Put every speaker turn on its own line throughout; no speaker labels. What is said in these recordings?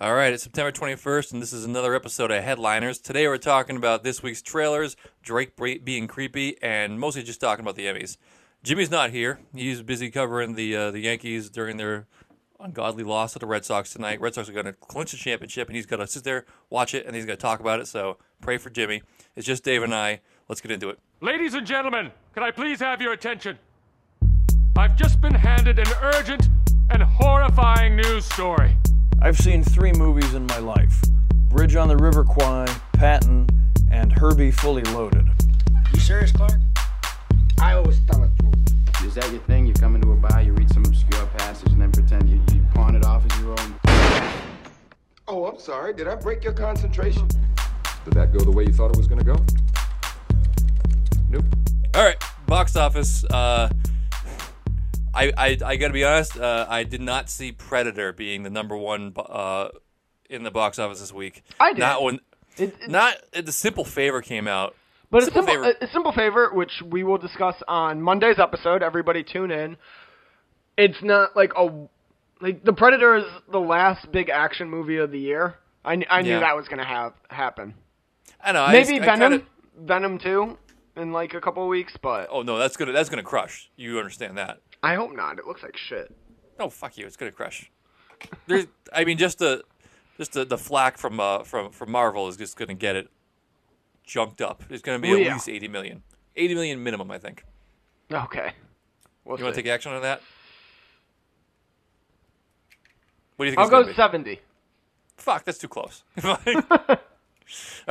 All right, it's September 21st, and this is another episode of Headliners. Today we're talking about this week's trailers, Drake bre- being creepy, and mostly just talking about the Emmys. Jimmy's not here. He's busy covering the uh, the Yankees during their ungodly loss to the Red Sox tonight. Red Sox are going to clinch the championship, and he's going to sit there, watch it, and he's going to talk about it. So pray for Jimmy. It's just Dave and I. Let's get into it.
Ladies and gentlemen, can I please have your attention? I've just been handed an urgent and horrifying news story.
I've seen three movies in my life Bridge on the River Kwai, Patton, and Herbie Fully Loaded.
You serious, Clark? I always tell it through.
Is that your thing? You come into a bar, you read some obscure passage, and then pretend you, you pawn it off as your own.
Oh, I'm sorry. Did I break your concentration?
Did that go the way you thought it was going to go? Nope.
All right, box office. Uh, I, I, I gotta be honest. Uh, I did not see Predator being the number one uh, in the box office this week.
I did.
Not when,
It- it-
not uh, the simple favor came out.
But
Simple
a simple, uh,
favor.
a simple favor, which we will discuss on Monday's episode. Everybody tune in. It's not like a like the Predator is the last big action movie of the year. I, kn- I knew
Yeah.
that was gonna have happen.
I know. I
Maybe
just- I
Venom,
kinda-
Venom two, in like a couple weeks, but
oh no, that's gonna that's gonna crush. You understand that?
I hope not. It looks like shit.
No, fuck you. It's gonna crush. There's, I mean, just the just the, the flack from uh, from from Marvel is just gonna get it junked up. It's gonna be
Well,
at
Oh, yeah.
least eighty million. Eighty million minimum, I think.
Okay. We'll
You want
see.
to take action on that? What do you think?
I'll
it's gonna
go
be?
seventy.
Fuck, that's too close. All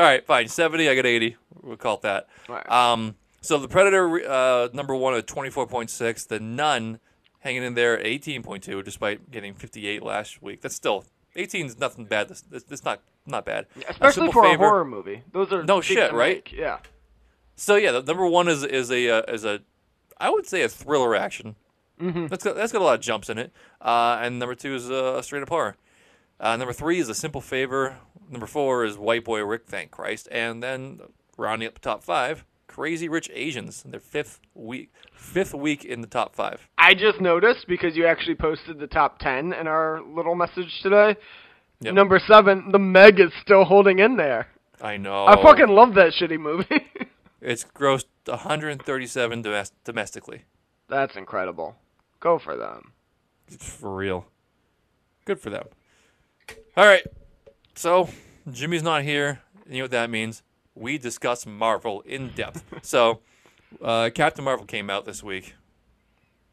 right, fine. 70, I got 80. We'll call it that.
Right.
Um, so the Predator, uh, number one at 24.6. The Nun hanging in there at 18.2, despite getting 58 last week. That's still, 18 is nothing bad. That's, that's, that's not not bad. A
Especially
Simple
for a
Favor-
horror movie. Those are
No
big
shit,
to
right?
make. Yeah.
So yeah, the number one is is a uh, is a, I would say a thriller action. Mm-hmm. That's got, that's got a lot of jumps in it. Uh, and number two is uh, straight up horror. Uh, number three is a simple favor. Number four is White Boy Rick. Thank Christ. And then rounding up the top five, Crazy Rich Asians. Their fifth week fifth week in the top five.
I just noticed because you actually posted the top 10 in our little message today.
Yep.
Number 7, The Meg is still holding in there.
I know.
I fucking love that shitty movie.
It's grossed 137 domes- domestically.
That's incredible. Go for them.
For real. Good for them. All right. So, Jimmy's not here. You know what that means? We discuss Marvel in depth. so, uh, Captain Marvel came out this week.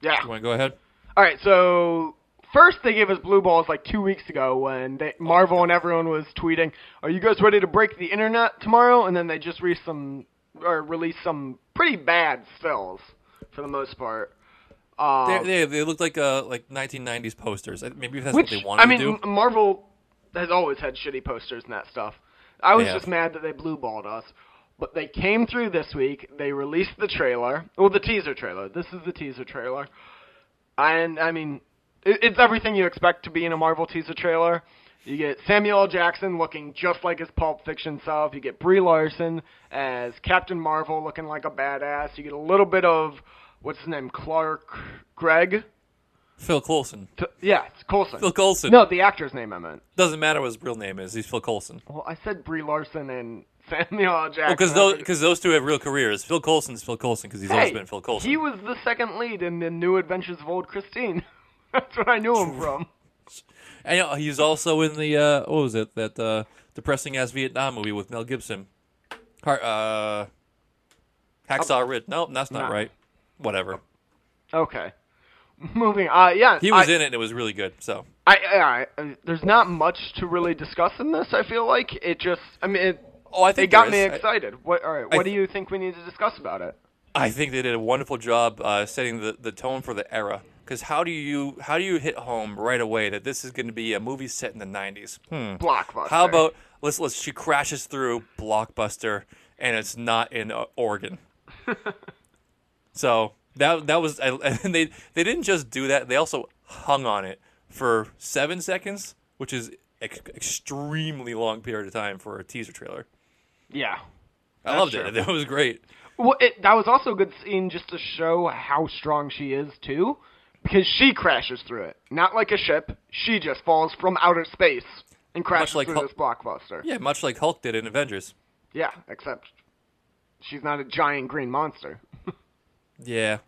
Yeah.
You want to go ahead?
All right, so first they gave us blue balls like 2 weeks ago when they, Marvel and everyone was tweeting, "Are you guys ready to break the internet tomorrow?" and then they just released some or released some pretty bad stills for the most part. Um,
They, they, they look like uh, like 1990s posters. I- Maybe that's
Which
what they wanted
I mean,
to do.
M- Marvel has always had shitty posters and that stuff. I was
They
just
have.
mad that they blue balled us, but they came through this week. They released the trailer, well, the teaser trailer. This is the teaser trailer, and I mean, it, it's everything you expect to be in a Marvel teaser trailer. You get Samuel L. Jackson looking just like his Pulp Fiction self. You get Brie Larson as Captain Marvel looking like a badass. You get a little bit of what's his name, Clark Gregg.
Phil Coulson.
T- yeah, it's Coulson.
Phil Coulson.
No, the actor's name I meant.
Doesn't matter what his real name is. He's Phil Coulson.
Well, I said Brie Larson and Samuel L. Jackson.
Because those, cause those two have real careers. Phil Coulson's Phil Coulson because he's
hey,
always been Phil Coulson.
he was the second lead in the New Adventures of Old Christine. That's what I knew him from.
And uh, he's also in the uh, what was it that uh, depressing ass Vietnam movie with Mel Gibson, Har- uh, Hacksaw Ridge. Nope, that's not
No.
right. Whatever.
Okay. Moving. Uh, yeah.
He was
I,
in it. and It was really good. So
I, I, I- there's not much to really discuss in this. I feel like it just. I mean, it.
Oh, I think
it got
there is. I-
me excited. what? All right. What do
th-
you think we need to discuss about it?
I think they did a wonderful job uh, setting the, the tone for the era. Because how do you how do you hit home right away that this is going to be a movie set in the '90s? Hmm.
Blockbuster.
How about let's let's she crashes through blockbuster and it's not in uh, Oregon. so that that was I, and they they didn't just do that. They also hung on it for seven seconds, which is ex- extremely long period of time for a teaser trailer.
Yeah.
I
That's
loved
true.
it. That was great.
Well, it, that was also a good scene just to show how strong she is too, because she crashes through it, not like a ship. She just falls from outer space and crashes
like
through
Hul-
this blockbuster.
Yeah, much like Hulk did in Avengers.
yeah, except she's not a giant green monster.
Yeah.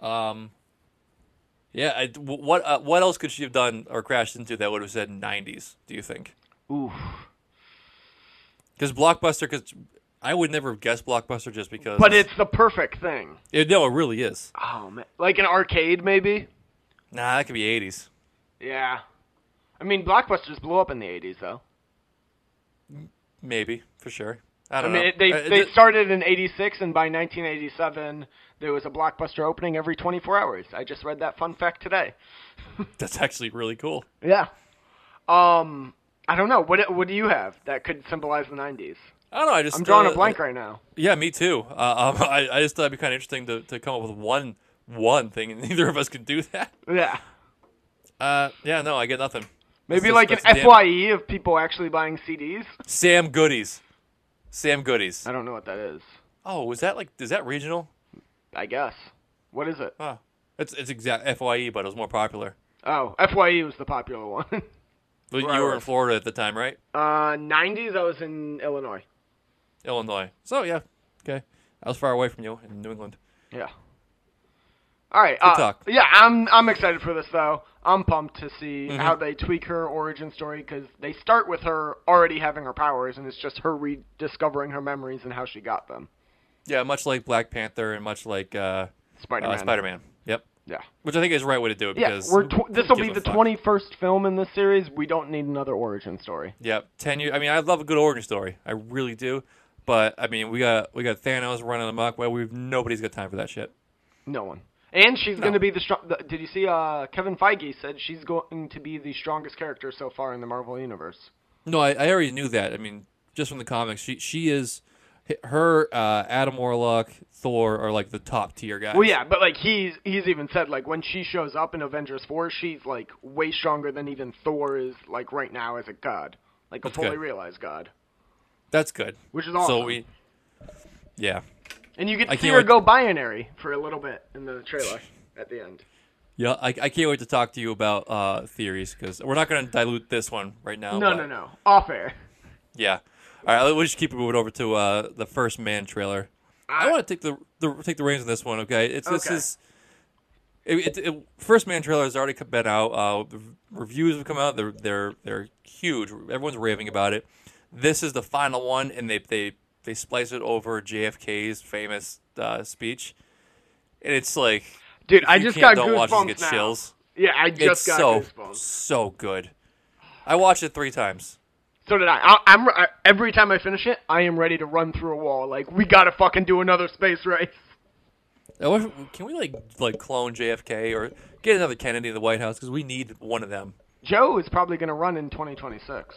Um. Yeah. I, w- what uh, What else could she have done or crashed into that would have said '90s? Do you think?
Oof.
Because blockbuster. Because I would never have guessed blockbuster just because.
But it's the perfect thing.
It, no, it really is.
Oh man, like an arcade maybe.
Nah, that could be '80s.
Yeah, I mean blockbusters blew up in the '80s though.
Maybe for sure. I
I
don't
mean,
know.
it- they
Uh,
they
it-
started in '86, and by 1987, there was a blockbuster opening every 24 hours. I just read that fun fact today.
that's actually really cool.
Yeah. Um, I don't know. What what do you have that could symbolize the '90s?
I don't know. I just
I'm drawing
uh,
a blank right now.
Yeah, me too. Uh, um, I, I just thought it'd be kind of interesting to, to come up with one one thing, and neither of us could do that.
Yeah.
Uh, yeah, no, I get nothing.
Maybe
That's-
like an
that's the damn-
FYE of people actually buying CDs.
Sam Goodies. Sam Goodies.
I don't know what that is.
Oh, was that like is that regional?
I guess. What is it?
Huh. It's it's exact FYE, but it was more popular.
Oh, FYE was the popular one.
But
Right,
you were in
right.
Florida at the time, right?
Uh, 90s, I was in Illinois.
Illinois. So yeah, okay. I was far away from you in New England.
Yeah. All right. uh,
talk.
Yeah, I'm I'm excited for this though. I'm pumped to see
Mm-hmm.
how they tweak her origin story because they start with her already having her powers and it's just her rediscovering her memories and how she got them.
Yeah, much like Black Panther and much like uh,
Spider Man.
uh, Spider Man. Yep.
Yeah.
Which I think is the right way to do it
Yeah.
because
We're tw-
who
this will
gives
be
a
the
fuck?
21st film in this series. We don't need another origin story.
Yep. Ten years. I mean, I love a good origin story. I really do. But I mean, we got we got Thanos running amok. Well, we've nobody's got time for that shit.
No one. And she's going to be the strong. Did you see? Uh, Kevin Feige said she's going to be the strongest character so far in the Marvel universe.
No, I, I already knew that. I mean, just from the comics, she she is her uh, Adam Warlock, Thor are like the top tier guys.
Well, yeah, but like he's he's even said like when she shows up in Avengers four, she's like way stronger than even Thor is like right now as a god, like a fully
good.
realized god,
that's good.
which is
So
awesome.
we, yeah,
and you get
I
to see
can't
her
wait-
go binary for a little bit in the trailer at the end.
yeah. I, I can't wait to talk to you about uh, theories because we're not going to dilute this one right now.
No,
but-
no, no, off air.
Yeah. All right, we'll just keep it moving over to uh, the first man trailer. I,
I-
want to take the, the take the reins on this one. Okay, it's this
Okay.
is it, it, it- first man trailer has already come- been out. Uh, the reviews have come out. They're they're they're huge. Everyone's raving about it. This is the final one, and they they they splice it over JFK's famous uh, speech, and it's like
Dude,
if
I
you
just
can't
got
don't
goosebumps
watch this, you get
now.
chills.
Yeah, I just
it's
got
so
goosebumps.
so good. I watched it three times.
So did I. I I'm I, every time I finish it, I am ready to run through a wall. Like we gotta fucking do another space race.
I wish- Can we like like clone JFK or get another Kennedy in the White House because we need one of them.
Joe is probably gonna run in 2026,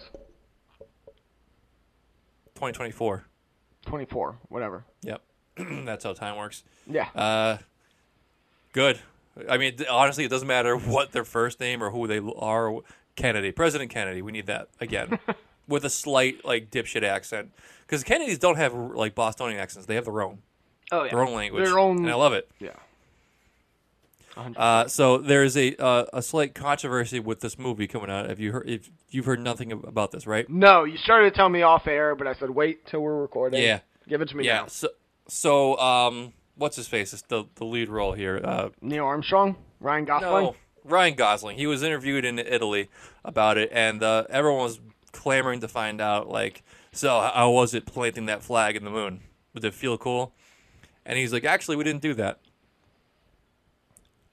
2024.
24, whatever.
Yep, that's how time works.
Yeah.
Uh, good. I mean, th- honestly, it doesn't matter what their first name or who they l- are. Kennedy, President Kennedy. We need that again, with a slight like dipshit accent because Kennedys don't have like Bostonian accents. They have their own
oh yeah.
their own language.
Their own.
And I love it.
Yeah.
Uh, so there's a uh, a slight controversy with this movie coming out. Have you heard? If you've heard nothing ab- about this, right?
No, you started to tell me off air, but I said wait till we're recording.
Yeah.
Give it to me
Yeah.
now.
So, so um, what's his face? It's the the lead role here. Uh,
Neil Armstrong, Ryan Gosling.
no, Ryan Gosling. He was interviewed in Italy about it, and uh, everyone was clamoring to find out. Like, so how was it planting that flag in the moon? Did it feel cool? And he's like, actually, we didn't do that.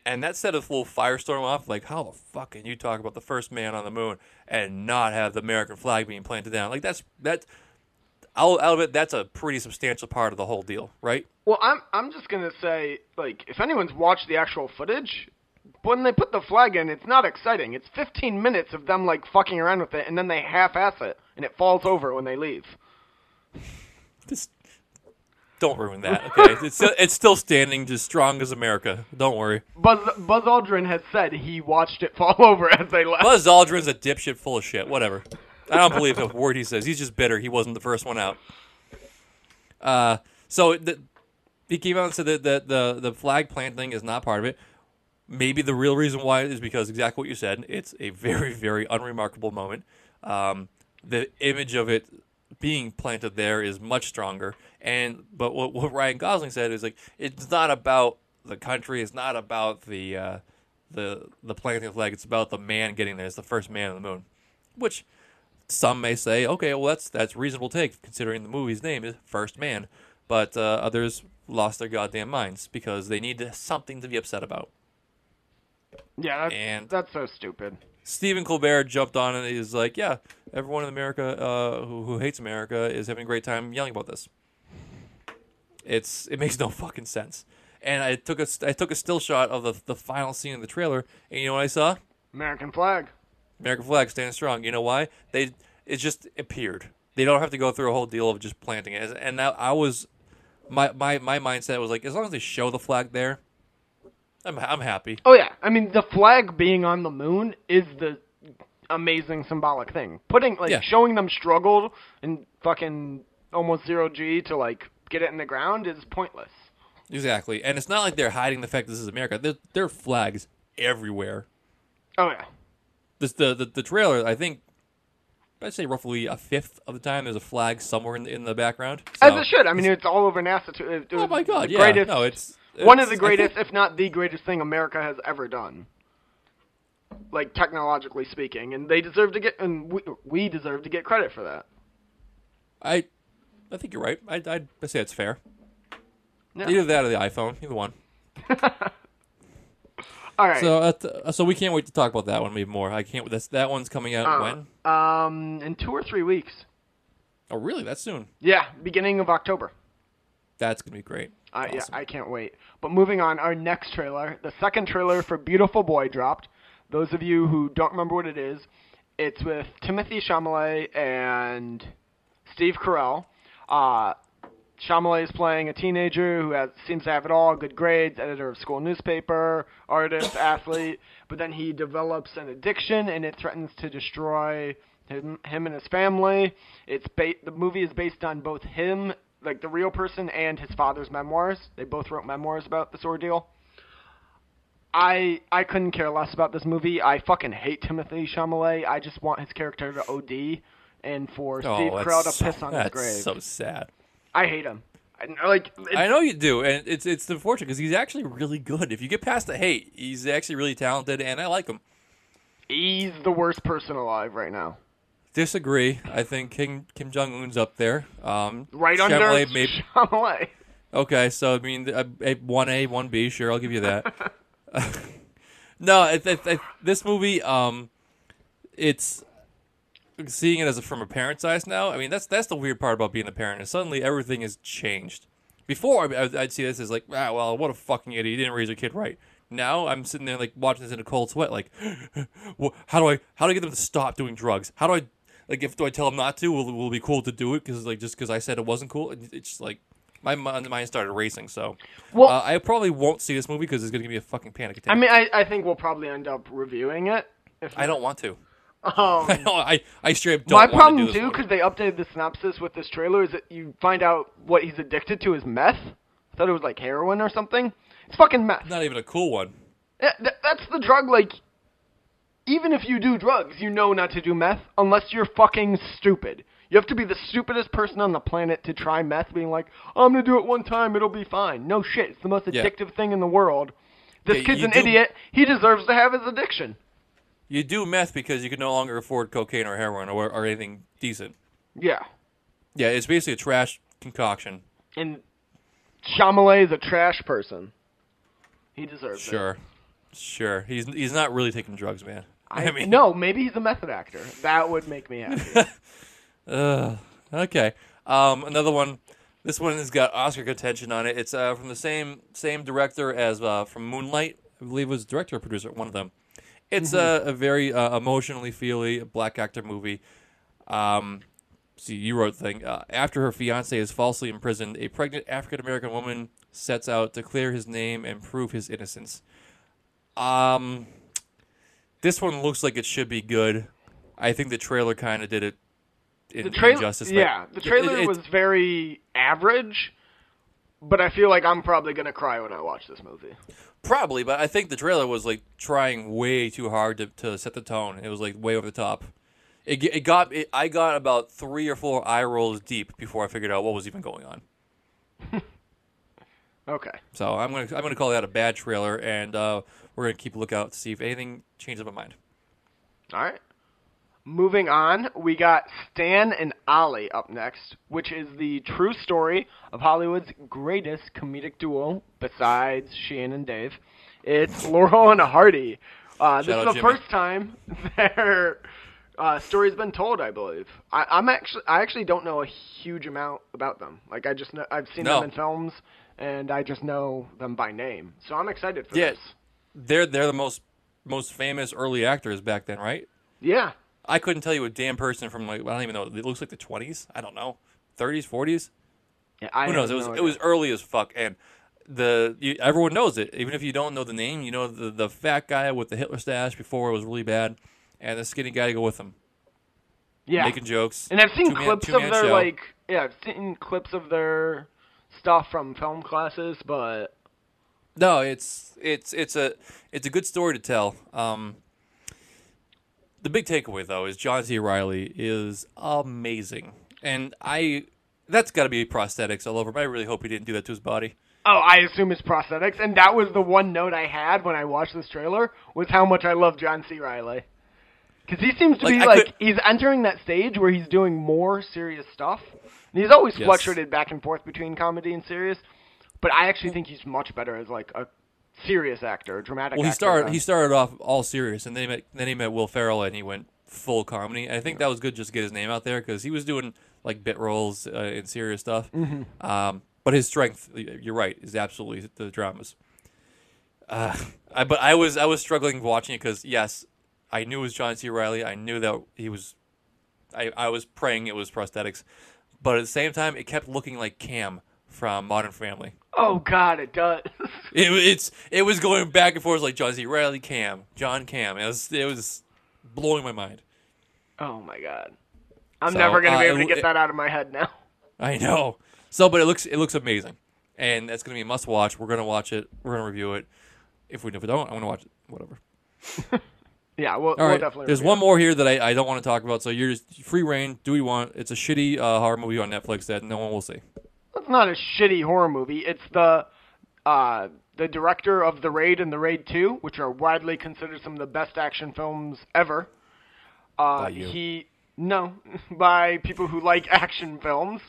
And that set a full firestorm off. Like, how the fuck can you talk about the first man on the moon and not have the American flag being planted down? Like, that's that. I'll, I'll bet that's a pretty substantial part of the whole deal, right?
Well, I'm I'm just gonna say like if anyone's watched the actual footage, when they put the flag in, it's not exciting. It's 15 minutes of them like fucking around with it, and then they half-ass it, and it falls over when they leave.
Just don't ruin that. Okay, it's still, it's still standing, just strong as America. Don't worry.
Buzz Buzz Aldrin has said he watched it fall over as they left.
Buzz Aldrin's a dipshit full of shit. Whatever. I don't believe a word he says. He's just bitter. He wasn't the first one out. Uh, so the, he came out and said that the, the the flag planting is not part of it. Maybe the real reason why is because exactly what you said. It's a very very unremarkable moment. Um, the image of it being planted there is much stronger. And but what, what Ryan Gosling said is like it's not about the country. It's not about the uh, the the planting of flag. It's about the man getting there. It's the first man on the moon, which some may say, okay, well that's that's reasonable take considering the movie's name is First Man. But uh, others lost their goddamn minds because they need something to be upset about.
Yeah, that's,
And-
that's so stupid.
Stephen Colbert jumped on and he's like, yeah, everyone in America uh, who, who hates America is having a great time yelling about this. It's it makes no fucking sense. And I took a I took a still shot of the the final scene of the trailer, and you know what I saw?
American flag.
American flag standing strong. You know why? They it just appeared. They don't have to go through a whole deal of just planting it. And now I was my my my mindset was like, as long as they show the flag there, I'm I'm happy.
Oh yeah, I mean the flag being on the moon is the amazing symbolic thing. Putting like
Yeah.
showing them struggle and fucking almost zero g to like get it in the ground is pointless.
Exactly. And it's not like they're hiding the fact this is America. There, there are flags everywhere.
Oh yeah,
This the, the the trailer. I think I'd say roughly a fifth of the time there's a flag somewhere in the, in the background.
as
So-
it should. I mean it's all over NASA too. It, it
Oh
was
my god!
the
Yeah.
greatest,
no, it's,
one
it's-
of the
I think-
greatest, if not the greatest thing America has ever done. Like technologically speaking, and they deserve to get, and we, we deserve to get credit for that.
I, I think you're right. I I'd, I'd say it's fair.
Yeah.
Either that or the iPhone. Either one.
All right.
So uh, so we can't wait to talk about that one even more. I can't. That's that one's coming
Uh.
out when?
um, in two or three weeks.
Oh really? That soon?
Yeah, beginning of October.
That's gonna be great.
I, yeah,
Awesome.
I can't wait. But moving on, our next trailer, the second trailer for Beautiful Boy dropped. Those of you who don't remember what it is, it's with Timothy Chalamet and Steve Carell. Uh, Chalamet is playing a teenager who has, seems to have it all: good grades, editor of school newspaper, artist, athlete. But then he develops an addiction, and it threatens to destroy him, him and his family. It's ba- the movie is based on both him, like the real person, and his father's memoirs. They both wrote memoirs about this ordeal. I I couldn't care less about this movie. I fucking hate Timothy Chalamet. I just want his character to OD, and for Steve
oh,
Carell to
that's so-
piss on his
that's
grave.
so sad.
I hate him. I, like it's-
I know you do, and it's it's unfortunate because he's actually really good. If you get past the hate, he's actually really talented, and I like him.
he's the worst person alive right now.
Disagree. I think Kim Kim Jong Un's up there. Um,
Right
Chevrolet
under
may-
Chalamet.
Okay, so I mean, one A, one B. Sure, I'll give you that. no, I, I, I, this movie, um, it's seeing it as a, from a parent's eyes now. I mean, that's that's the weird part about being a parent. Is suddenly everything has changed. Before, I- I'd, I'd see this as like, ah, well, what a fucking idiot. He didn't raise your kid right. Now I'm sitting there like watching this in a cold sweat. Like, wha- how do I how do I get them to stop doing drugs? How do I like if do I tell them not to? Will will it be cool to do it? Because like just because I said it wasn't cool, it- it's just like my mind mind started racing. So,
Well-
uh, I probably won't see this movie because it's gonna give me a fucking panic attack.
I mean, I, I think we'll probably end up reviewing it. If
I don't want to.
Um,
No, I I straight up don't
my
want
problem
to do this
too,
movie.
because they updated the synopsis with this trailer, is that you find out what he's addicted to is meth. I thought it was like heroin or something. It's fucking meth.
not even a cool one.
Yeah, th- that's the drug. Like, even if you do drugs, you know not to do meth unless you're fucking stupid. You have to be the stupidest person on the planet to try meth, being like, "I'm gonna do it one time, it'll be fine." No shit, it's the most
Yeah.
addictive thing in the world. This
Yeah,
kid's
you
an
do-
idiot. He deserves to have his addiction.
You do meth because you can no longer afford cocaine or heroin or, or anything decent.
Yeah,
Yeah, it's basically a trash concoction.
and Chalamet is a trash person. He deserves it.
Sure, sure. He's he's not really taking drugs, man.
I, no, maybe he's a method actor. That would make me happy.
Okay. Um, another one. This one has got Oscar contention on it. It's uh, from the same same director as uh, from Moonlight. I believe was director or producer, one of them. It's
Mm-hmm.
a, a very uh, emotionally feely black actor movie. Um, see, you wrote the thing. Uh, after her fiance is falsely imprisoned, a pregnant African American woman sets out to clear his name and prove his innocence. Um, this one looks like it should be good. I think the trailer kind of did it. In,
the trailer,
injustice, but
yeah, the
it-
trailer
it- it-
was very average, but I feel like I'm probably gonna cry when I watch this movie.
Probably, but I think the trailer was like trying way too hard to, to set the tone. It was like way over the top. It, g- it got it, I got about three or four eye rolls deep before I figured out what was even going on.
Okay.
So I'm gonna I'm gonna call that a bad trailer, and uh, we're gonna keep a lookout to see if anything changes my mind.
All right. Moving on, we got Stan and Ollie up next, which is the true story of Hollywood's greatest comedic duo besides Sheehan and Dave. It's Laurel and Hardy. Uh, this
Shout
is
out
the
Jimmy.
first time their uh, story's been told, I believe. I, I'm actually I actually don't know a huge amount about them. Like I just know, I've seen
No.
them in films, and I just know them by name. So I'm excited for
Yeah.
this.
They're they're the most most famous early actors back then, right?
Yeah,
I couldn't tell you a damn person from like I don't even know. It looks like the 20s. I don't know, 30s, 40s.
yeah. I
Who knows? It
have
was
no
it
idea.
was early as fuck, and the you, everyone knows it. Even if you don't know the name, you know the the fat guy with the Hitler stash before it was really bad, and the skinny guy to go with him,
yeah.
making jokes.
And I've seen
two-man-
clips of
two-man
their
show.
like yeah, I've seen clips of their stuff from film classes, but
No, it's it's it's a it's a good story to tell. Um, the big takeaway though is John C. Riley is amazing, and I that's got to be prosthetics all over. But I really hope he didn't do that to his body.
oh, I assume it's prosthetics. And that was the one note I had when I watched this trailer was how much I love John C. Riley. Because he seems to
Like,
be
I
like
could-
he's entering that stage where he's doing more serious stuff. And he's always
Yes.
fluctuated back and forth between comedy and serious, but I actually think he's much better as like a serious actor, a dramatic.
Well, he
actor
started
than-
he started off all serious, and then he met then he met Will Ferrell, and he went full comedy. And I think that was good just to get his name out there because he was doing like bit roles uh, and serious stuff. Um, but his strength, y- you're right, is absolutely the dramas. Uh, I, but I was I was struggling watching it because yes, I knew it was John C. Riley. I knew that he was. I, I was praying it was prosthetics, but at the same time, it kept looking like Cam from Modern Family.
oh God, it does.
It, it's it was going back and forth like John C. Riley, Cam, John Cam. It was it was blowing my mind.
oh my God, I'm
So,
never gonna
uh,
be
it
able to
w-
get that out of my head now.
I know. So, but it looks it looks amazing, and that's gonna be a must watch. We're gonna watch it. We're gonna review it. If we, if we don't, I'm gonna watch it. Whatever.
Yeah, we'll,
All
we'll
right.
definitely.
There's
review
one
it.
more here that I, I don't want to talk about. So you're just free reign. Do what you want? It's a shitty uh, horror movie on Netflix that no one will see.
It's not a shitty horror movie. It's the uh, the director of The Raid and The Raid Two, which are widely considered some of the best action films ever. Uh,
you.
He no, by people who like action films,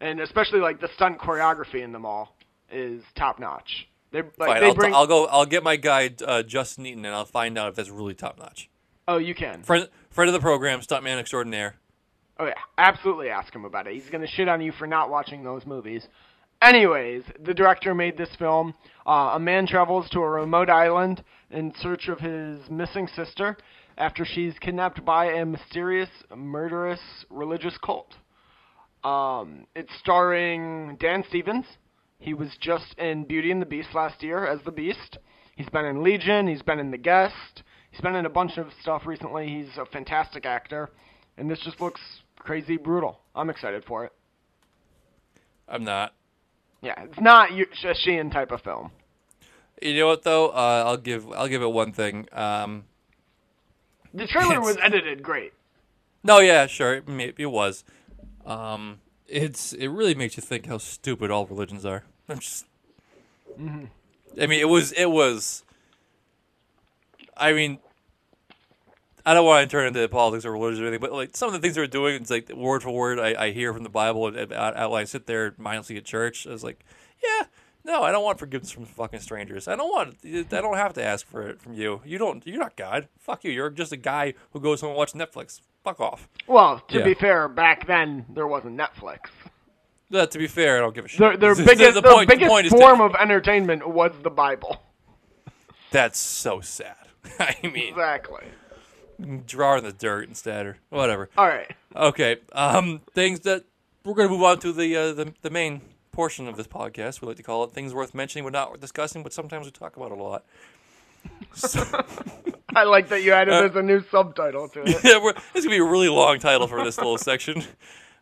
and especially like the stunt choreography in them all is top notch. They like
Fine.
they
I'll,
bring.
I'll go. I'll get my guy uh, Justin Eaton, and I'll find out if that's really top notch.
oh, you can.
Friend friend of the program, stuntman extraordinaire.
Oh yeah, absolutely ask him about it. He's gonna shit on you for not watching those movies. Anyways, the director made this film. Uh, a man travels to a remote island in search of his missing sister after she's kidnapped by a mysterious, murderous religious cult. Um, it's starring Dan Stevens. He was just in Beauty and the Beast last year as the Beast. He's been in Legion. He's been in The Guest. He's been in a bunch of stuff recently. He's a fantastic actor, and this just looks crazy brutal. I'm excited for it.
I'm not.
Yeah, it's not your- a Sheehan type of film.
You know what though? Uh, I'll give I'll give it one thing. Um,
The trailer
It's-
was edited great.
no, yeah, sure, it, may- it was. Um, it's it really makes you think how stupid all religions are. I'm just. I mean, it was it was. I mean, I don't want to turn into politics or religion or anything, but like some of the things they were doing, it's like word for word. I, I hear from the Bible and, and out, out when I sit there mindlessly at church. I was like, yeah, no, I don't want forgiveness from fucking strangers. I don't want. I don't have to ask for it from you. You don't. You're not God. Fuck you. You're just a guy who goes home and watches Netflix. Fuck off.
Well, to
Yeah.
be fair, back then there wasn't Netflix.
But Uh, to be fair, I don't give a shit.
Their, their
The- the-
biggest,
the
their
point- the
biggest
point is
form
that-
of entertainment was the Bible.
that's so sad. I mean,
Exactly.
draw in the dirt instead or whatever.
All right.
Okay. Um, things that we're going to move on to the, uh, the the main portion of this podcast. We like to call it things worth mentioning, but not worth discussing. But sometimes we talk about it a lot. So,
I like that you
Uh,
added there's a new subtitle to it.
yeah, we're, this is gonna be a really long title for this little section.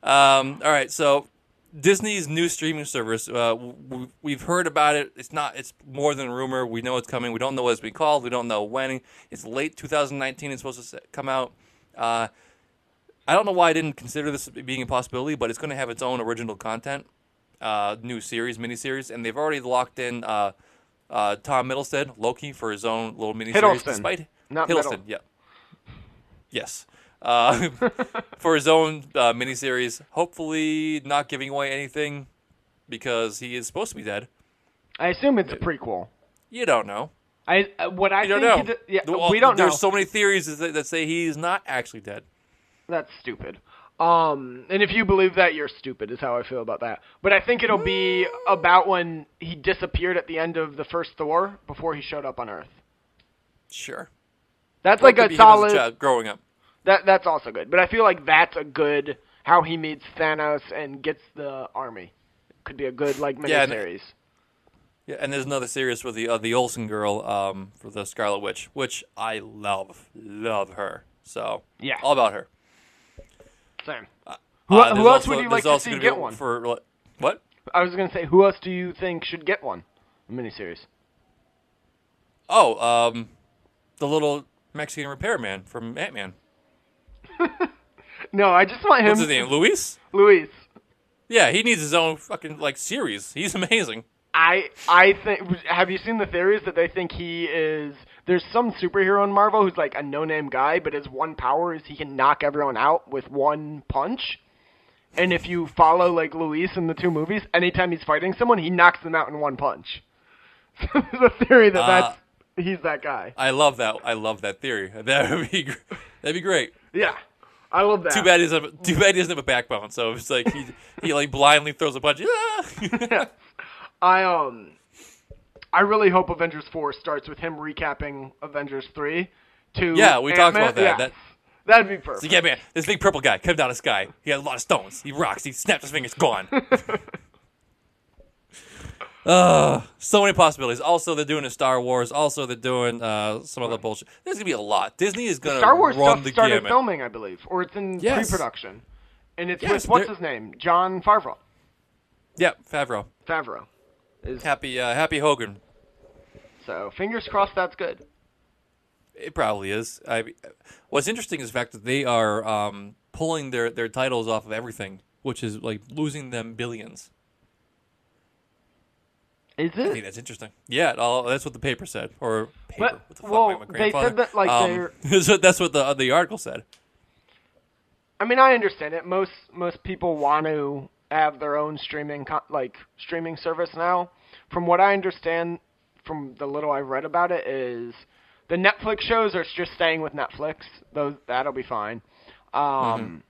Um, all right. So Disney's new streaming service. Uh, we, we've heard about it. It's not. It's more than rumor. We know it's coming. We don't know what it's being called. We don't know when. It's late 2019. It's supposed to s- come out. Uh, I don't know why I didn't consider this being a possibility, but it's going to have its own original content, uh, new series, miniseries, and they've already locked in uh, uh, Tom Middlestead, Loki, for his own little miniseries.
Hiddleston,
Despite
not
Hiddleston,
Middle.
yeah, yes, uh, for his own uh, miniseries. Hopefully, not giving away anything because he is supposed to be dead.
I assume it's a prequel.
You don't know.
I uh, what I
You don't
think
know.
he did- yeah,
The- well,
we don't know.
There's so many theories that, that say he's not actually dead.
That's stupid. Um, and if you believe that, you're stupid. Is how I feel about that. But I think it'll be about when he disappeared at the end of the first Thor before he showed up on Earth.
Sure.
That's
Or it
like
could
a
be him as
solid.
child growing up.
That that's also good. But I feel like that's a good how he meets Thanos and gets the army. Could be a good like
Yeah, and-
miniseries.
Yeah, and there's another series for the uh, the Olsen girl um, for the Scarlet Witch, which I love, love her. So
Yeah.
all about her.
Same. Who,
Uh,
who
there's
else
also-
would you
there's
like to
also
see
gonna
get
be
one?
for what?
I was gonna say, who else do you think should get one? A miniseries.
Oh, um, the little Mexican repairman from Ant Man.
No, I just want him.
What's his name? Luis.
Luis.
Yeah, he needs his own fucking like series. He's amazing.
I I think. Have you seen the theories that they think he is? There's some superhero in Marvel who's like a no-name guy, but his one power is he can knock everyone out with one punch. And if you follow like Luis in the two movies, anytime he's fighting someone, he knocks them out in one punch. So there's a theory
Uh,
that that's he's that guy.
I love that. I love that theory. That would be gr- that'd be great.
Yeah, I love that.
Too bad he doesn't. Have, too bad he doesn't have a backbone. So it's like he he like blindly throws a punch. Ah!
I um I really hope Avengers four starts with him recapping Avengers three to
Yeah, we talked about that. That-
That, would be perfect.
So yeah, man, this big purple guy came down the sky. He had a lot of stones. He rocks. He snaps his fingers. Gone. Ugh, so many possibilities. Also, they're doing a Star Wars. Also, they're doing uh, some other bullshit. There's gonna be a lot. Disney is gonna
Star Wars
run
stuff
the
started
gamut.
filming, I believe, or it's in
Yes.
pre-production, and it's
Yes,
with what's
they're-
his name, John Favreau.
Yeah, Favreau.
Favreau. Is
Happy, uh, happy Hogan.
so fingers crossed that's good.
It probably is. I, what's interesting is the fact that they are um, pulling their, their titles off of everything, which is like losing them billions.
Is
I think
it?
that's interesting. Yeah, it all, that's what the paper said, or paper.
Well-
what the fuck,
well,
my- my
they said
grandfather.
that, like,
um, so that's what the uh, the article said.
I mean, I understand it. Most most people want to have their own streaming co- like streaming service now. From what I understand, from the little I've read about it, is the Netflix shows are just staying with Netflix. Those that'll be fine. Um,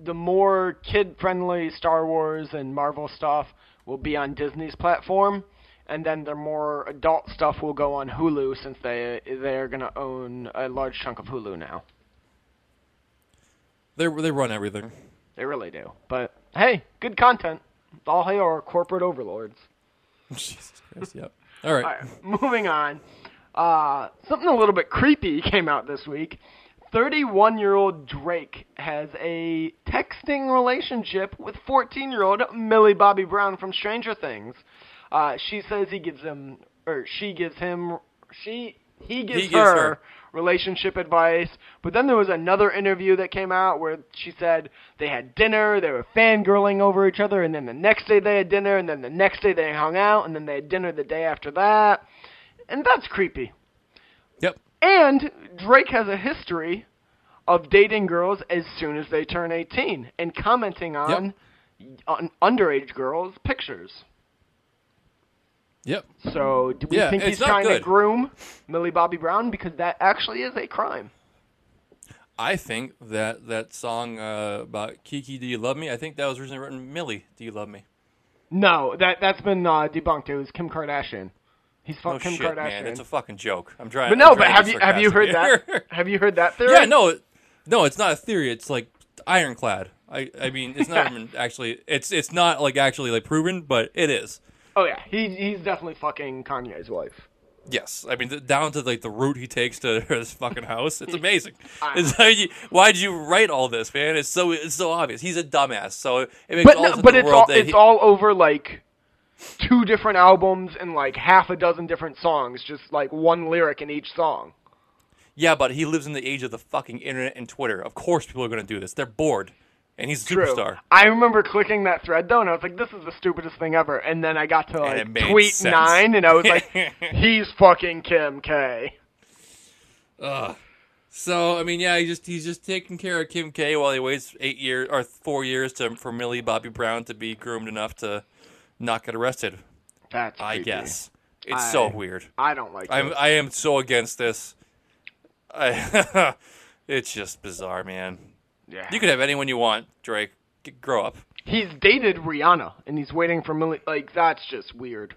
The more kid friendly Star Wars and Marvel stuff will be on Disney's platform, and then the more adult stuff will go on Hulu since they they're gonna own a large chunk of Hulu now.
They they run everything.
They really do. But hey, good content. All hail our corporate overlords.
Jesus Christ. Yep. All right.
All right, moving on. Uh, something a little bit creepy came out this week. 31 year old Drake has a texting relationship with 14 year old Millie Bobby Brown from Stranger Things. Uh, she says he gives him, or she gives him, she, he gives,
He gives
her,
her.
relationship advice. But then there was another interview that came out where she said they had dinner, they were fangirling over each other, and then the next day they had dinner, and then the next day they hung out, and then they had dinner the day after that. And that's creepy.
Yep.
And Drake has a history of dating girls as soon as they turn 18 and commenting on, on underage girls' pictures.
Yep.
So, do we
Yeah,
think
it's
he's
not
trying
good.
to groom Millie Bobby Brown? Because that actually is a crime.
I think that that song uh, about Kiki, do you love me? I think that was originally written Millie, do you love me?
No, that that's been uh, debunked. It was Kim Kardashian. He's fucked
Oh
Kim
shit,
Kardashian.
man, it's a fucking joke. I'm trying.
but
I'm
no, but
trying to
have
be
you have you heard
sarcastic
that?
here.
have you heard that theory?
yeah, no, it- no, it's not a theory. It's like ironclad. I, I mean, it's not even actually. It's it's not like actually like proven, but it is.
Oh yeah, he he's definitely fucking Kanye's wife.
Yes, I mean th- down to like the route he takes to his fucking house. It's amazing. It's like, you- why'd you write all this, man? It's so it's so obvious. He's a dumbass. So it makes
But
all
no,
sense
but
in the
it's
world
all
that
it's
he-
all over like two different albums and like half a dozen different songs, just like one lyric in each song.
yeah, but he lives in the age of the fucking internet and Twitter. Of course, people are going to do this. They're bored, and he's a
True.
superstar.
I remember clicking that thread though, and I was like, "This is the stupidest thing ever." And then I got to
And it
like
made
tweet
sense.
nine, and I was like, "He's fucking Kim K."
So I mean, yeah, he just he's just taking care of Kim K while he waits eight years or four years to for Millie Bobby Brown to be groomed enough to not get arrested.
That's
I
creepy.
guess it's so weird.
I don't like.
I'm
it.
I am so against this. I, it's just bizarre, man.
Yeah.
You could have anyone you want, Drake. G- grow up.
He's dated Rihanna, and he's waiting for Millie. Like that's just weird.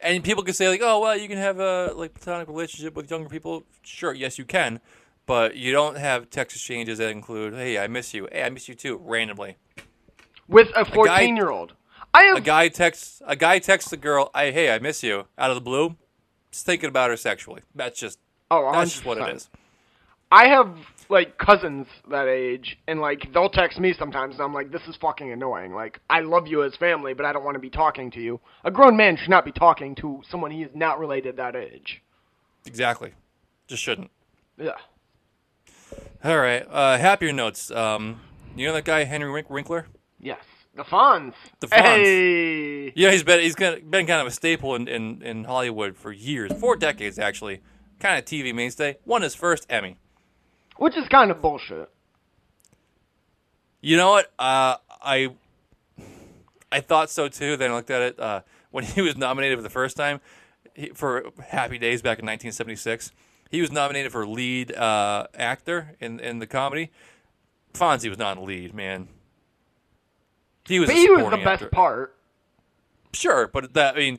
And people could say like, oh well, you can have a like platonic relationship with younger people. Sure, yes you can, but you don't have text exchanges that include, hey, I miss you, hey, I miss you too, randomly.
With a fourteen-year-old, I
A
have
guy texts a guy texts a girl, I hey, I miss you, out of the blue, just thinking about her sexually. That's just
Oh,
that's just what it
100%.
is.
I have like cousins that age, and like they'll text me sometimes, and I'm like, "This is fucking annoying." Like, I love you as family, but I don't want to be talking to you. A grown man should not be talking to someone he is not related that age.
Exactly, just shouldn't.
Yeah.
All right, uh, happier notes. Um, you know that guy Henry Wink- Winkler?
Yes. The Fonz.
The Fonz.
Hey.
Yeah, he's been he's kinda- been kind of a staple in, in, in Hollywood for years, four decades actually. Kind of TV mainstay. Won his first Emmy.
Which is kind of bullshit.
You know what? Uh, I I thought so too. Then I looked at it uh, when he was nominated for the first time he, for Happy Days back in 1976. He was nominated for lead uh, actor in in the comedy. Fonzie was not a lead man. He was.
But
a
he was the
supporting
best
actor.
part.
Sure, but that I mean,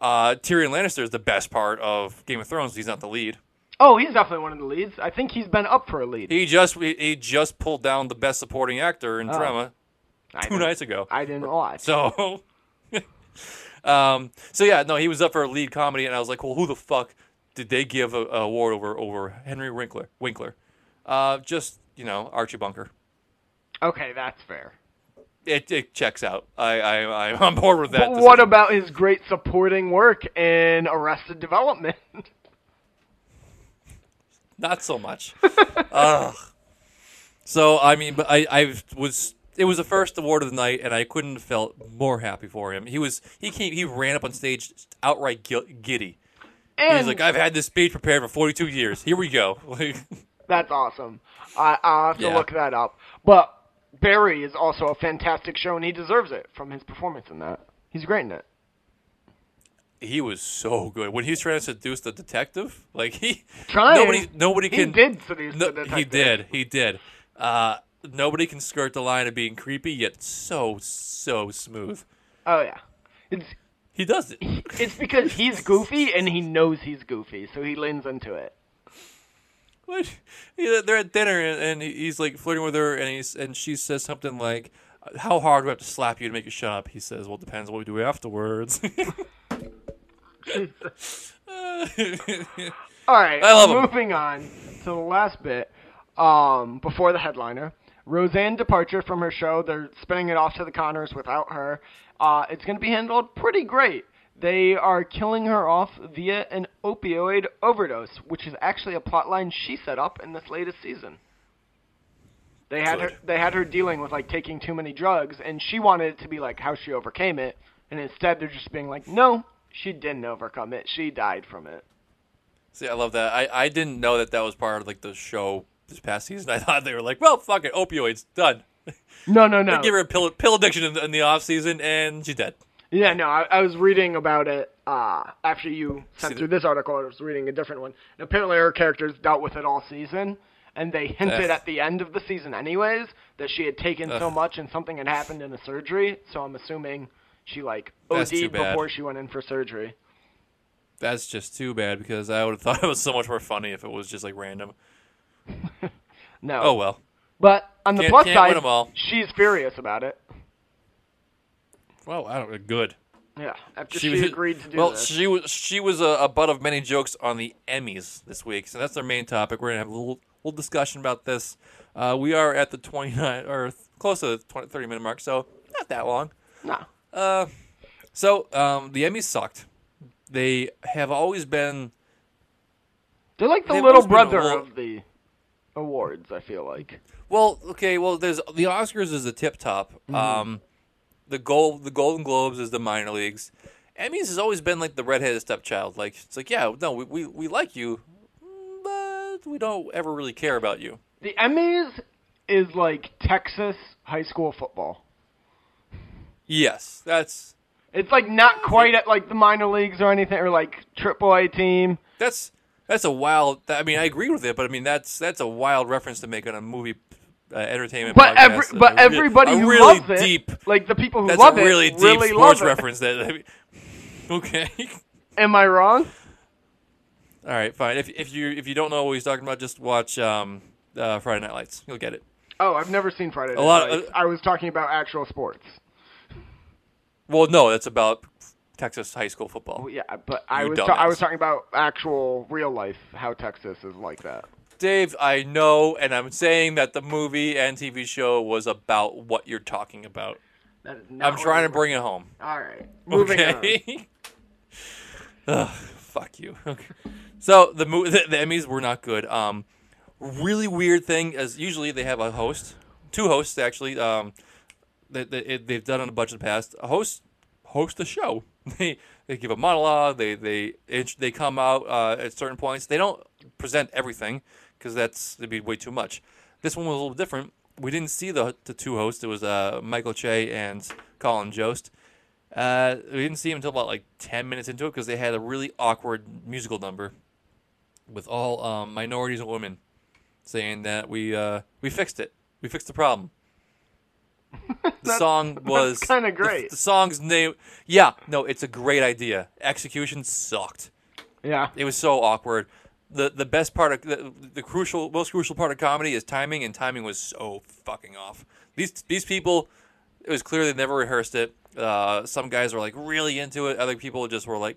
uh, Tyrion Lannister is the best part of Game of Thrones. He's not the lead.
Oh, he's definitely one of the leads. I think he's been up for a lead.
He just he, he just pulled down the best supporting actor
Oh.
in drama
I
two
didn't-
nights ago.
I didn't watch.
So, um, so yeah, no, he was up for a lead comedy, and I was like, well, who the fuck did they give a, a award over over Henry Winkler? Winkler, uh, just you know Archie Bunker.
okay, that's fair.
It, it checks out. I I I'm on board with that.
But what
decision.
about his great supporting work in Arrested Development?
Not so much. Ugh. So I mean, but I I was it was the first award of the night, and I couldn't have felt more happy for him. He was he came he ran up on stage outright gil- giddy.
and
He's like, I've had this speech prepared for 42 years. Here we go. Like,
That's awesome. I, I'll have to
Yeah.
look that up. But Barry is also a fantastic show, and he deserves it from his performance in that. He's great in it.
he was so good when he was trying to seduce the detective. Like he
Trying.
Nobody, nobody
He
can.
did seduce the
He
detective.
did. He did. Uh, nobody can skirt the line of being creepy, yet so so smooth.
Oh yeah, it's
He does it.
it's because he's goofy and he knows he's goofy, so he leans into it.
What? Yeah, they're at dinner and, and he's like flirting with her, and he's and she says something like, "How hard do I have to slap you to make you shut up?" He says, "Well, it depends what we do afterwards."
All right,
I love him.
moving on to the last bit. Um, before the headliner, Roseanne departure from her show. They're spinning it off to the Connors without her. Uh, it's going to be handled pretty great. They are killing her off via an opioid overdose, which is actually a plotline she set up in this latest season. They had her.
Good.
They had her dealing with like taking too many drugs, and she wanted it to be like how she overcame it. And instead, they're just being like, "No, she didn't overcome it. She died from it."
See, I love that. I, I didn't know that that was part of like the show this past season. I thought they were like, well, fuck it, opioids done.
No, no, no.
Give her a pill pill addiction in the, in the off season, and she's dead.
Yeah, no, I, I was reading about it uh, after you sent
the-
through this article. I was reading a different one. And apparently, her character's dealt with it all season, and they hinted
Ugh.
at the end of the season, anyways, that she had taken so much and something had happened in the surgery. So I'm assuming she like
That's too
OD'd
bad.
before she went in for surgery.
That's just too bad because I would have thought it was so much more funny if it was just like random.
No.
Oh well,
But on the
Can't-
plus
can't win
side,
'em all.
she's furious about it.
well I don't good.
Yeah, after she, agreed to do
well,
this.
she was she was a, a butt of many jokes on the Emmys this week, so that's their main topic. We're gonna have a little little discussion about this. Uh, we are at the twenty nine or th- close to the 20, 30 minute mark, so not that long.
No.
So um, the Emmys sucked. They have always been
They're like the
They've
little
always been
brother
a lo-
of the awards. I feel like.
Well, okay. Well, there's the Oscars is the tip top.
Mm-hmm.
Um, the gold, the Golden Globes is the minor leagues. Emmys has always been like the redheaded stepchild. Like it's like, yeah, no, we, we, we like you, but we don't ever really care about you.
The Emmys is like Texas high school football.
Yes, that's
It's like not quite at like the minor leagues or anything, or like AAA team.
that's that's a wild. I mean, I agree with it, but I mean that's that's a wild reference to make on a movie uh, entertainment. podcast.
But every but
A re-
everybody
a
who
really
loves
deep.
it, like the people who
That's
love
a really
it,
deep
really
sports
love it.
reference. That I mean, okay.
Am I wrong?
All right, fine. If, if you if you don't know what he's talking about, just watch um, uh, Friday Night Lights. You'll get it.
Oh, I've never seen Friday. Night
lot of- uh,
Lights. I was talking about actual sports.
Well, no, that's about Texas high school football.
Oh, Yeah, but I
You
was ta- I
dumbass.
was talking about actual real life how Texas is like that.
Dave, I know, and I'm saying that the movie and TV show was about what you're talking about.
That is not
I'm trying to bring it home.
All right, moving on.
okay. Ugh, fuck you. Okay. So the, mo- the the Emmys were not good. Um, really weird thing as usually they have a host, two hosts actually. Um, they, they it, they've done on a bunch in the past. A host host the show. They they give a monologue. They they int- they come out uh, at certain points. They don't present everything because that's it'd be way too much. This one was a little different. We didn't see the the two hosts. It was uh, Michael Che and Colin Jost. Uh, we didn't see him until about like ten minutes into it because they had a really awkward musical number with all um, minorities and women saying that we uh, we fixed it. We fixed the problem. The song was
kinda
the-
great.
The, song's name, yeah, no, it's a great idea. Execution sucked.
Yeah,
It was so awkward. the The best part of the, the crucial, most crucial part of comedy is timing, and timing was so fucking off. These these people, it was clear they never rehearsed it. Uh, some guys were like really into it. Other people just were like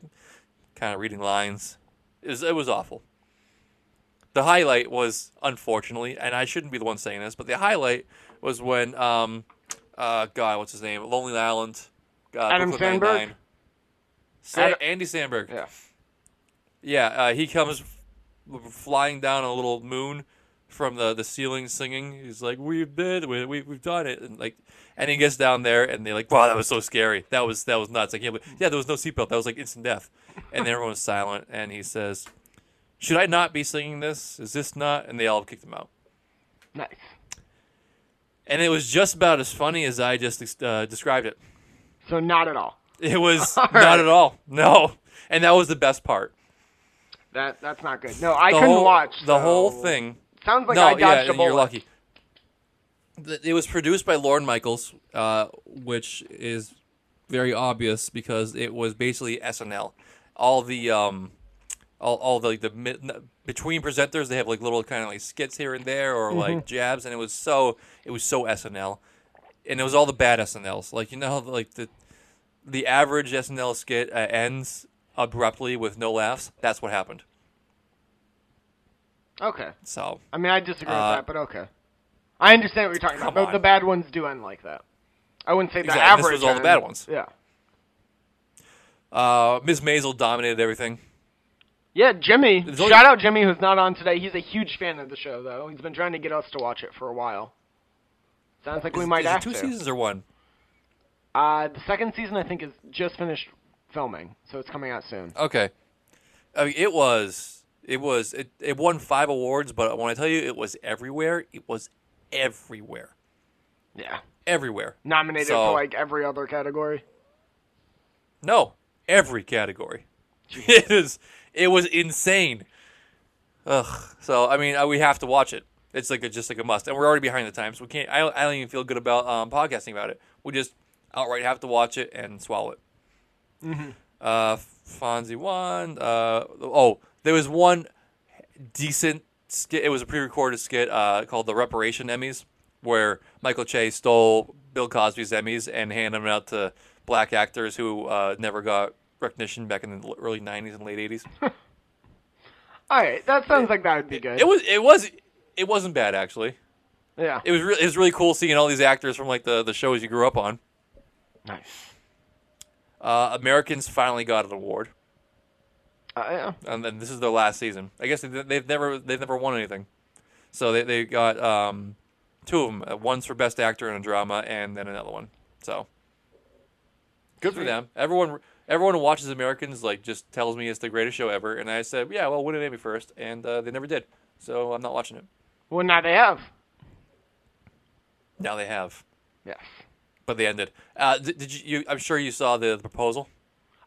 kind of reading lines. It was, it was awful. The highlight was, unfortunately, and I shouldn't be the one saying this, but the highlight was when, um, uh, God, what's his name? Lonely Island. Uh,
Adam
Brooklyn
Sandberg?
Nine-Nine. Sa-
Adam-
Andy Sandberg.
yeah.
Yeah, uh, he comes f- flying down a little moon from the, the ceiling singing. He's like, "We've been, we, we, we've done it," and like, and he gets down there, and they're like, "Wow, that was so scary. That was that was nuts. I can't believe." Yeah, there was no seatbelt. That was like instant death. And then everyone's silent, and he says, "Should I not be singing this? Is this not?" And they all kicked him out.
nice.
And it was just about as funny as I just uh, described it.
So not at all.
It was
right.
not at all. No, and that was the best part.
That that's not good. No, I
The
couldn't
whole-
watch
the
so-
whole thing.
Sounds like
no,
I dodged
yeah,
a bullet.
you're lucky. Th- It was produced by Lauren Michaels, uh, which is very obvious because it was basically SNL. All the um, all, all the like the mi- n- between presenters, they have like little kind of like skits here and there or like
Mm-hmm.
jabs, and it was so it was so SNL, and it was all the bad SNLs. Like you know, how, like the the average SNL skit uh, ends abruptly with no laughs. That's what happened.
Okay.
So
I mean, I disagree
Uh,
with that, but okay. I understand what you're talking
come
about. but
on.
The bad ones do end like that. I wouldn't say the
Exactly,
average.
this was all the
end.
bad ones.
Yeah.
uh, Ms. Maisel dominated everything.
Yeah, Jimmy.
There's
Shout
only-
out Jimmy, who's not on today. He's a huge fan of the show, though. He's been trying to get us to watch it for a while. Sounds like we
Is-
might
is it
have
two
to.
seasons or one.
Uh, the second season, I think, is just finished filming, so it's coming out soon.
Okay. I mean, it was it was it, it won five awards, but when I tell you it was everywhere, it was everywhere,
Yeah.
everywhere.
Nominated
So-
for like every other category.
No, every category. It is. It was insane. Ugh. So I mean, I, we have to watch it. It's like a, just like a must, and we're already behind the times. we can't. I don't, I don't even feel good about um, podcasting about it. We just outright have to watch it and swallow it. Mm-hmm. Uh, Fonzie won. Uh, oh, there was one decent skit. It was a pre-recorded skit uh, called the Reparation Emmys, where Michael Che stole Bill Cosby's Emmys and handed them out to black actors who uh, never got recognition back in the early '90s and late '80s.
All right, that sounds like that would be good.
It was. It was. It wasn't bad actually.
yeah.
It was. Re- it was really cool seeing all these actors from like the, the shows you grew up on.
nice.
Uh, Americans finally got an award.
yeah.
and then this is their last season. I guess they- they've never they've never won anything. So they they got um, two of them. One's for best actor in a drama, and then another one. So good for them. Everyone everyone who watches Americans like just tells me it's the greatest show ever, and I said, yeah, well, win an Emmy first, and uh, they never did. So I'm not watching it.
Well, now they have.
Now they have,
Yes.
but they ended. Uh, did, did you, you? I'm sure you saw the, the proposal.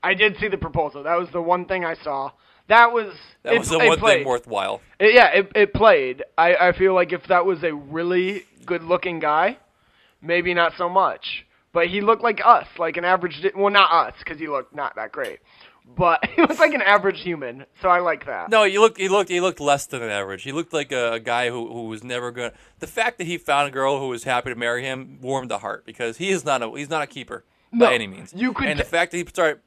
I did see the proposal. That was the one thing I saw. That was
That
it,
was the
it
one
played.
thing worthwhile.
It- yeah, it, it played. I, I feel like if that was a really good looking guy, maybe not so much. But he looked like us, like an average. di- Well, not us, because he looked not that great. But he looked like an average human, so I like that.
No, he looked. He looked. He looked less than an average. He looked like a, a guy who, who was never gonna. The fact that he found a girl who was happy to marry him warmed the heart because he is not a he's not a keeper
No,
by any means.
you could
and the
t-
fact that he started,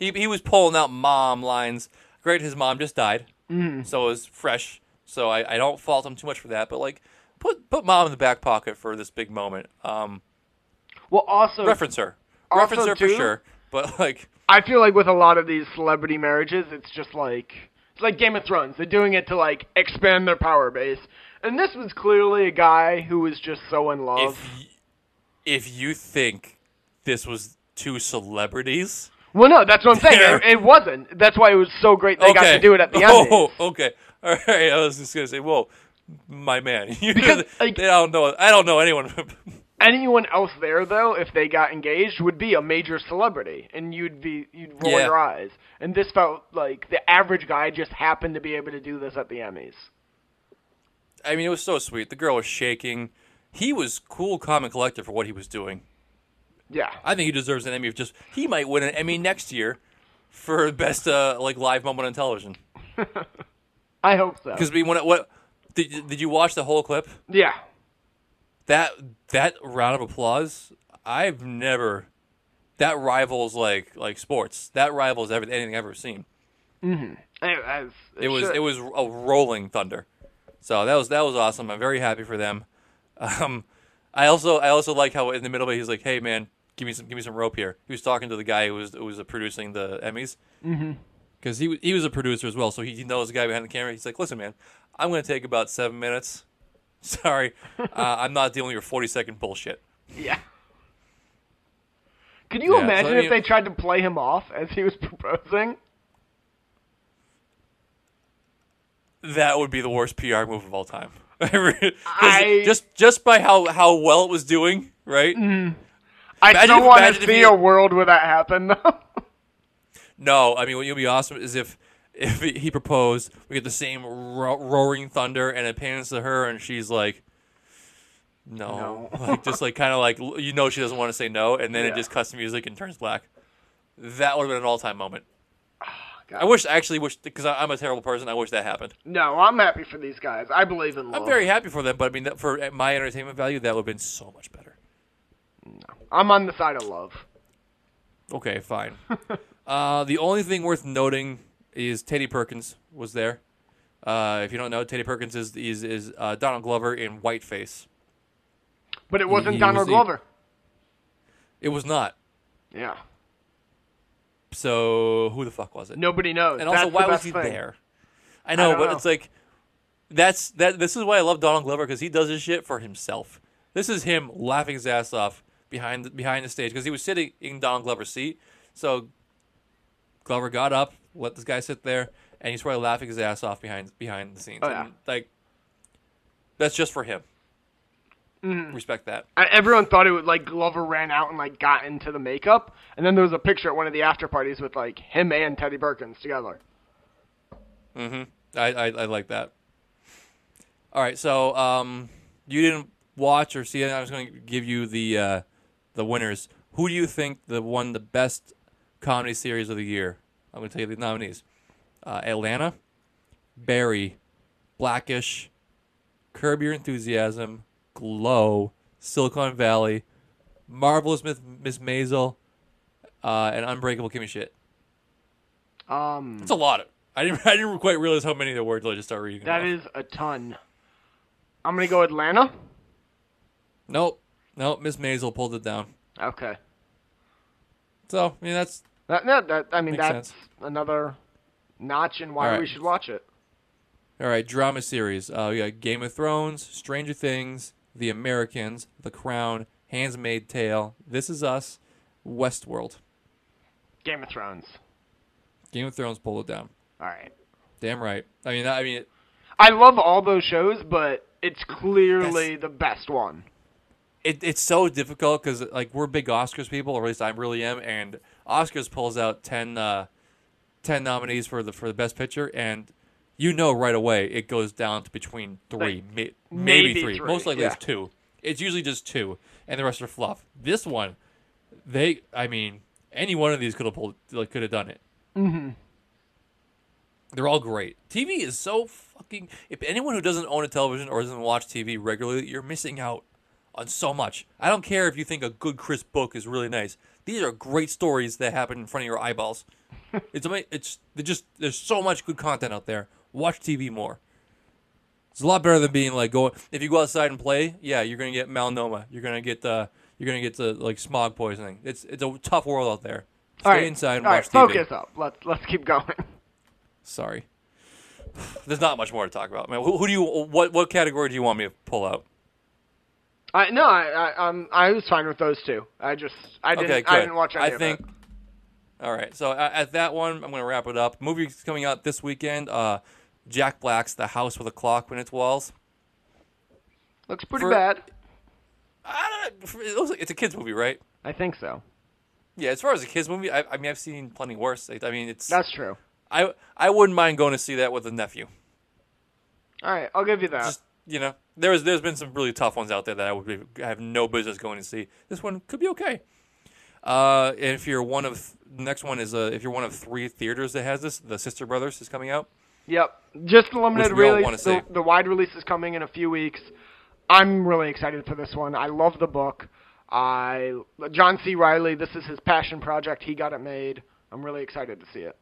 he he was pulling out mom lines. Great, his mom just died,
Mm.
so it was fresh. So I, I don't fault him too much for that. But like, put put mom in the back pocket for this big moment. Um,
Well, also,
reference her,
Also,
reference her for
too-
sure. But like,
I feel like with a lot of these celebrity marriages, it's just like it's like Game of Thrones. They're doing it to like expand their power base. And this was clearly a guy who was just so in love.
if y- if you think this was two celebrities.
Well, no, that's what I'm saying.
There.
It, it wasn't. That's why it was so great they got to do it at the end.
Oh, okay. All right. I was just gonna say, whoa, my man. You,
Because, like-
they don't know. I don't know anyone.
Anyone else there, though, if they got engaged, would be a major celebrity, and you'd be you'd roll
Yeah.
your eyes. And this felt like the average guy just happened to be able to do this at the Emmys.
I mean, it was so sweet. The girl was shaking. He was cool, calm, and collected for what he was doing.
Yeah,
I think he deserves an Emmy. Of just he might win an Emmy next year for best uh, like live moment on television.
I hope so.
Because we want what. Did, you- did you watch the whole clip?
Yeah,
That that round of applause, I've never. That rivals like like sports. That rivals everything anything I've ever seen.
it, was- it
It was
should-
it was a rolling thunder. So that was that was awesome. I'm very happy for them. Um, I also I also like how in the middle of it he's like, "Hey man, give me some give me some rope here." He was talking to the guy who was who was uh, producing the Emmys. Because mm-hmm. he wa- he was a producer as well, so he, he knows the guy behind the camera. He's like, "Listen, man, I'm going to take about seven minutes. Sorry, uh, I'm not dealing with your 40 second bullshit."
yeah. Could you
Yeah, so
imagine
I
if
mean-
they tried to play him off as he was proposing?
That would be the worst PR move of all time. I...
I-
Just just by how how well it was doing, right?
I
Imagine
still
if-
want
imagine
to
if
see
you-
a world where that happened, though.
No, I mean what you'll be awesome is if if he he proposed, we get the same ro- roaring thunder, and it pans to her, and she's like, "No,", like just like kind of like l- you know she doesn't want to say no, and then
Yeah.
it just cuts to music and turns black. That would have been an all time moment.
Ah, God.
I wish, I actually wish, because I'm a terrible person. I wish that happened.
no, I'm happy for these guys. I believe in love.
I'm very happy for them, but I mean, that, for my entertainment value, that would have been so much better.
I'm on the side of love.
Okay, fine. uh, the only thing worth noting is Teddy Perkins was there. Uh, if you don't know, Teddy Perkins is is, is uh, Donald Glover in Whiteface.
But it wasn't
he
Donald
was the-
Glover.
It was not.
Yeah.
So who the fuck was it?
Nobody knows.
And also,
That's the
why was
best
he
thing.
there? I know,
don't
but
know.
it's like that's that. This is why I love Donald Glover because he does his shit for himself. This is him laughing his ass off behind the, behind the stage because he was sitting in Donald Glover's seat. So Glover got up, let this guy sit there, and he's probably laughing his ass off behind behind the scenes.
Oh, yeah.
And, like that's just for him.
Mm-hmm.
Respect that.
I, everyone thought it was like Glover ran out and like got into the makeup, and then there was a picture at one of the after parties with like him and Teddy Perkins together.
I, I, I like that. All right, so um, you didn't watch or see it. I was going to give you the uh, the winners. Who do you think the won the best comedy series of the year? I'm going to tell you the nominees: uh, Atlanta, Barry, Blackish, Curb Your Enthusiasm, Glow, Silicon Valley, Marvelous Miss, Miss Maisel, uh, and Unbreakable Kimmy Schmidt.
Um,
That's a lot. Of, I didn't I didn't quite realize how many there were till I just started reading. them
that
off.
is a ton. I'm gonna go Atlanta.
Nope. Nope. Miss Maisel pulled it down.
Okay.
So, I mean, that's.
That, that, that I mean
Makes
that's
sense.
another Notch and why
All right.
we should watch it.
All right, drama series. Uh, we got Game of Thrones, Stranger Things, The Americans, The Crown, Handmaid's Tale, This Is Us, Westworld.
Game of Thrones.
Game of Thrones pulled it down.
All right.
Damn right. I mean, I mean,
I love all those shows, but it's clearly the best one.
it, it's so difficult because like we're big Oscars people, or at least I really am. And Oscars pulls out 10, uh, 10 nominees for the for the best picture, and you know right away it goes down to between three, may,
Like,
maybe,
maybe
three.
three,
Most likely it's
yeah.
two. It's usually just two, and the rest are fluff. This one, they, I mean, any one of these could have pulled, like, could have done it. They're all great. TV is so fucking. If anyone who doesn't own a television or doesn't watch TV regularly, you're missing out on so much. I don't care if you think a good crisp book is really nice. These are great stories that happen in front of your eyeballs. it's ama- it's they just there's so much good content out there. Watch TV more. It's a lot better than being like going. If you go outside and play, yeah, you're gonna get melanoma. You're gonna get uh, you're gonna get the like smog poisoning. It's it's a tough world out there. Stay
All right.
inside and
All
watch
right,
TV.
focus up. Let's let's keep going.
Sorry. There's not much more to talk about, man. Who, who do you? What what category do you want me to pull out?
I no, I, I um I was fine with those two. I just I didn't
Okay, good.
I didn't watch any
I
of
think.
it.
All right, so at, at that one, I'm going to wrap it up. Movies coming out this weekend. Uh, Jack Black's The House with a Clock in Its Walls.
Looks pretty
for-
bad.
I don't, it looks like it's a kids movie, right?
I think so.
Yeah, as far as a kids movie, I, I mean, I've seen plenty worse. I, I mean, it's
That's true.
I I wouldn't mind going to see that with a nephew.
All right, I'll give you that.
Just you know, there's there's been some really tough ones out there that I would be, I have no business going to see. This one could be okay. Uh, and if you're one of the next one is uh, if you're one of three theaters that has this, the Sister Brothers is coming out.
Yep. Just the limited
Which we all
release.
wanna
The,
see.
the wide release is coming in a few weeks. I'm really excited for this one. I love the book. I John C. Riley. This is his passion project. He got it made. I'm really excited to see it.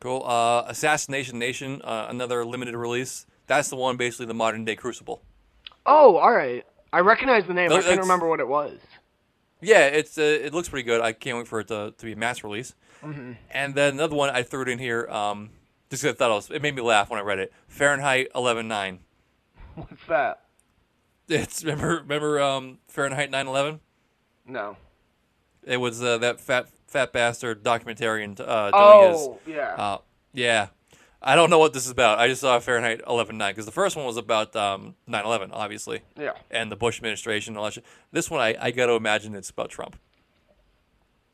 Cool. Uh, Assassination Nation, uh, another limited release. That's the one basically the modern day Crucible.
Oh, all right. I recognize the name.
No,
I couldn't
it's-
remember what it was.
Yeah, it's uh, it looks pretty good. I can't wait for it to, to be a mass release. And then another one I threw it in here. Um, just 'cause I thought it, was, it made me laugh when I read it. Fahrenheit 11.9.
What's that?
It's remember remember um, Fahrenheit 9/11.
No.
It was uh, that fat fat bastard documentarian uh, doing
Oh,
his.
yeah.
Uh, yeah. I don't know what this is about. I just saw Fahrenheit 11.9 because the first one was about um, 9/11, obviously.
Yeah.
And the Bush administration and all that shit. This one, I, I got to imagine it's about Trump.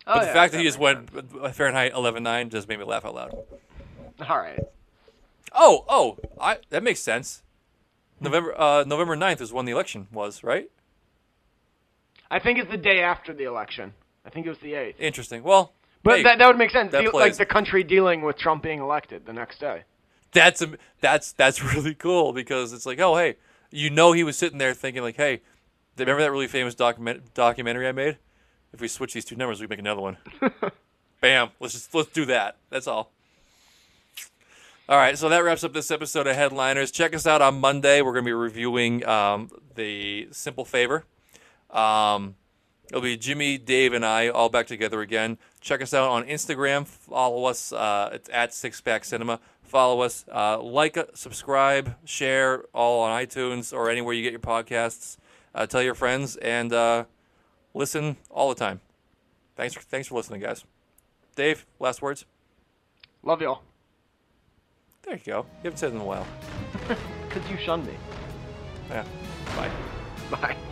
Oh,
But the
yeah,
fact that he
makes
just went Fahrenheit 11.9 just made me laugh out loud.
sense. All right.
Oh, oh, I, that makes sense.
Hmm.
November uh, November 9th is when the election was, right?
I think it's the day after the election. I think it was the eighth.
Interesting. Well,
But
hey,
that that would make sense.
that
Deal- like
plays.
the country dealing with Trump being elected the next day.
that's am- that's that's really cool because it's like, oh hey, you know he was sitting there thinking like, hey, remember that really famous document documentary I made? If we switch these two numbers, we make another one. Bam. Let's just let's do that. That's all. All right, so that wraps up this episode of Headliners. Check us out on Monday. We're going to be reviewing um, the Simple Favor. Um, It'll be Jimmy, Dave, and I all back together again. Check us out on Instagram. Follow us. Uh, it's at Six Pack Cinema. Follow us. Uh, like, uh, subscribe, share, all on iTunes or anywhere you get your podcasts. Uh, tell your friends and uh, listen all the time. Thanks. For, thanks for listening, guys. Dave, last words.
Love y'all.
There you go. You haven't said it in a while.
Because you shunned me.
Yeah. Bye.
Bye.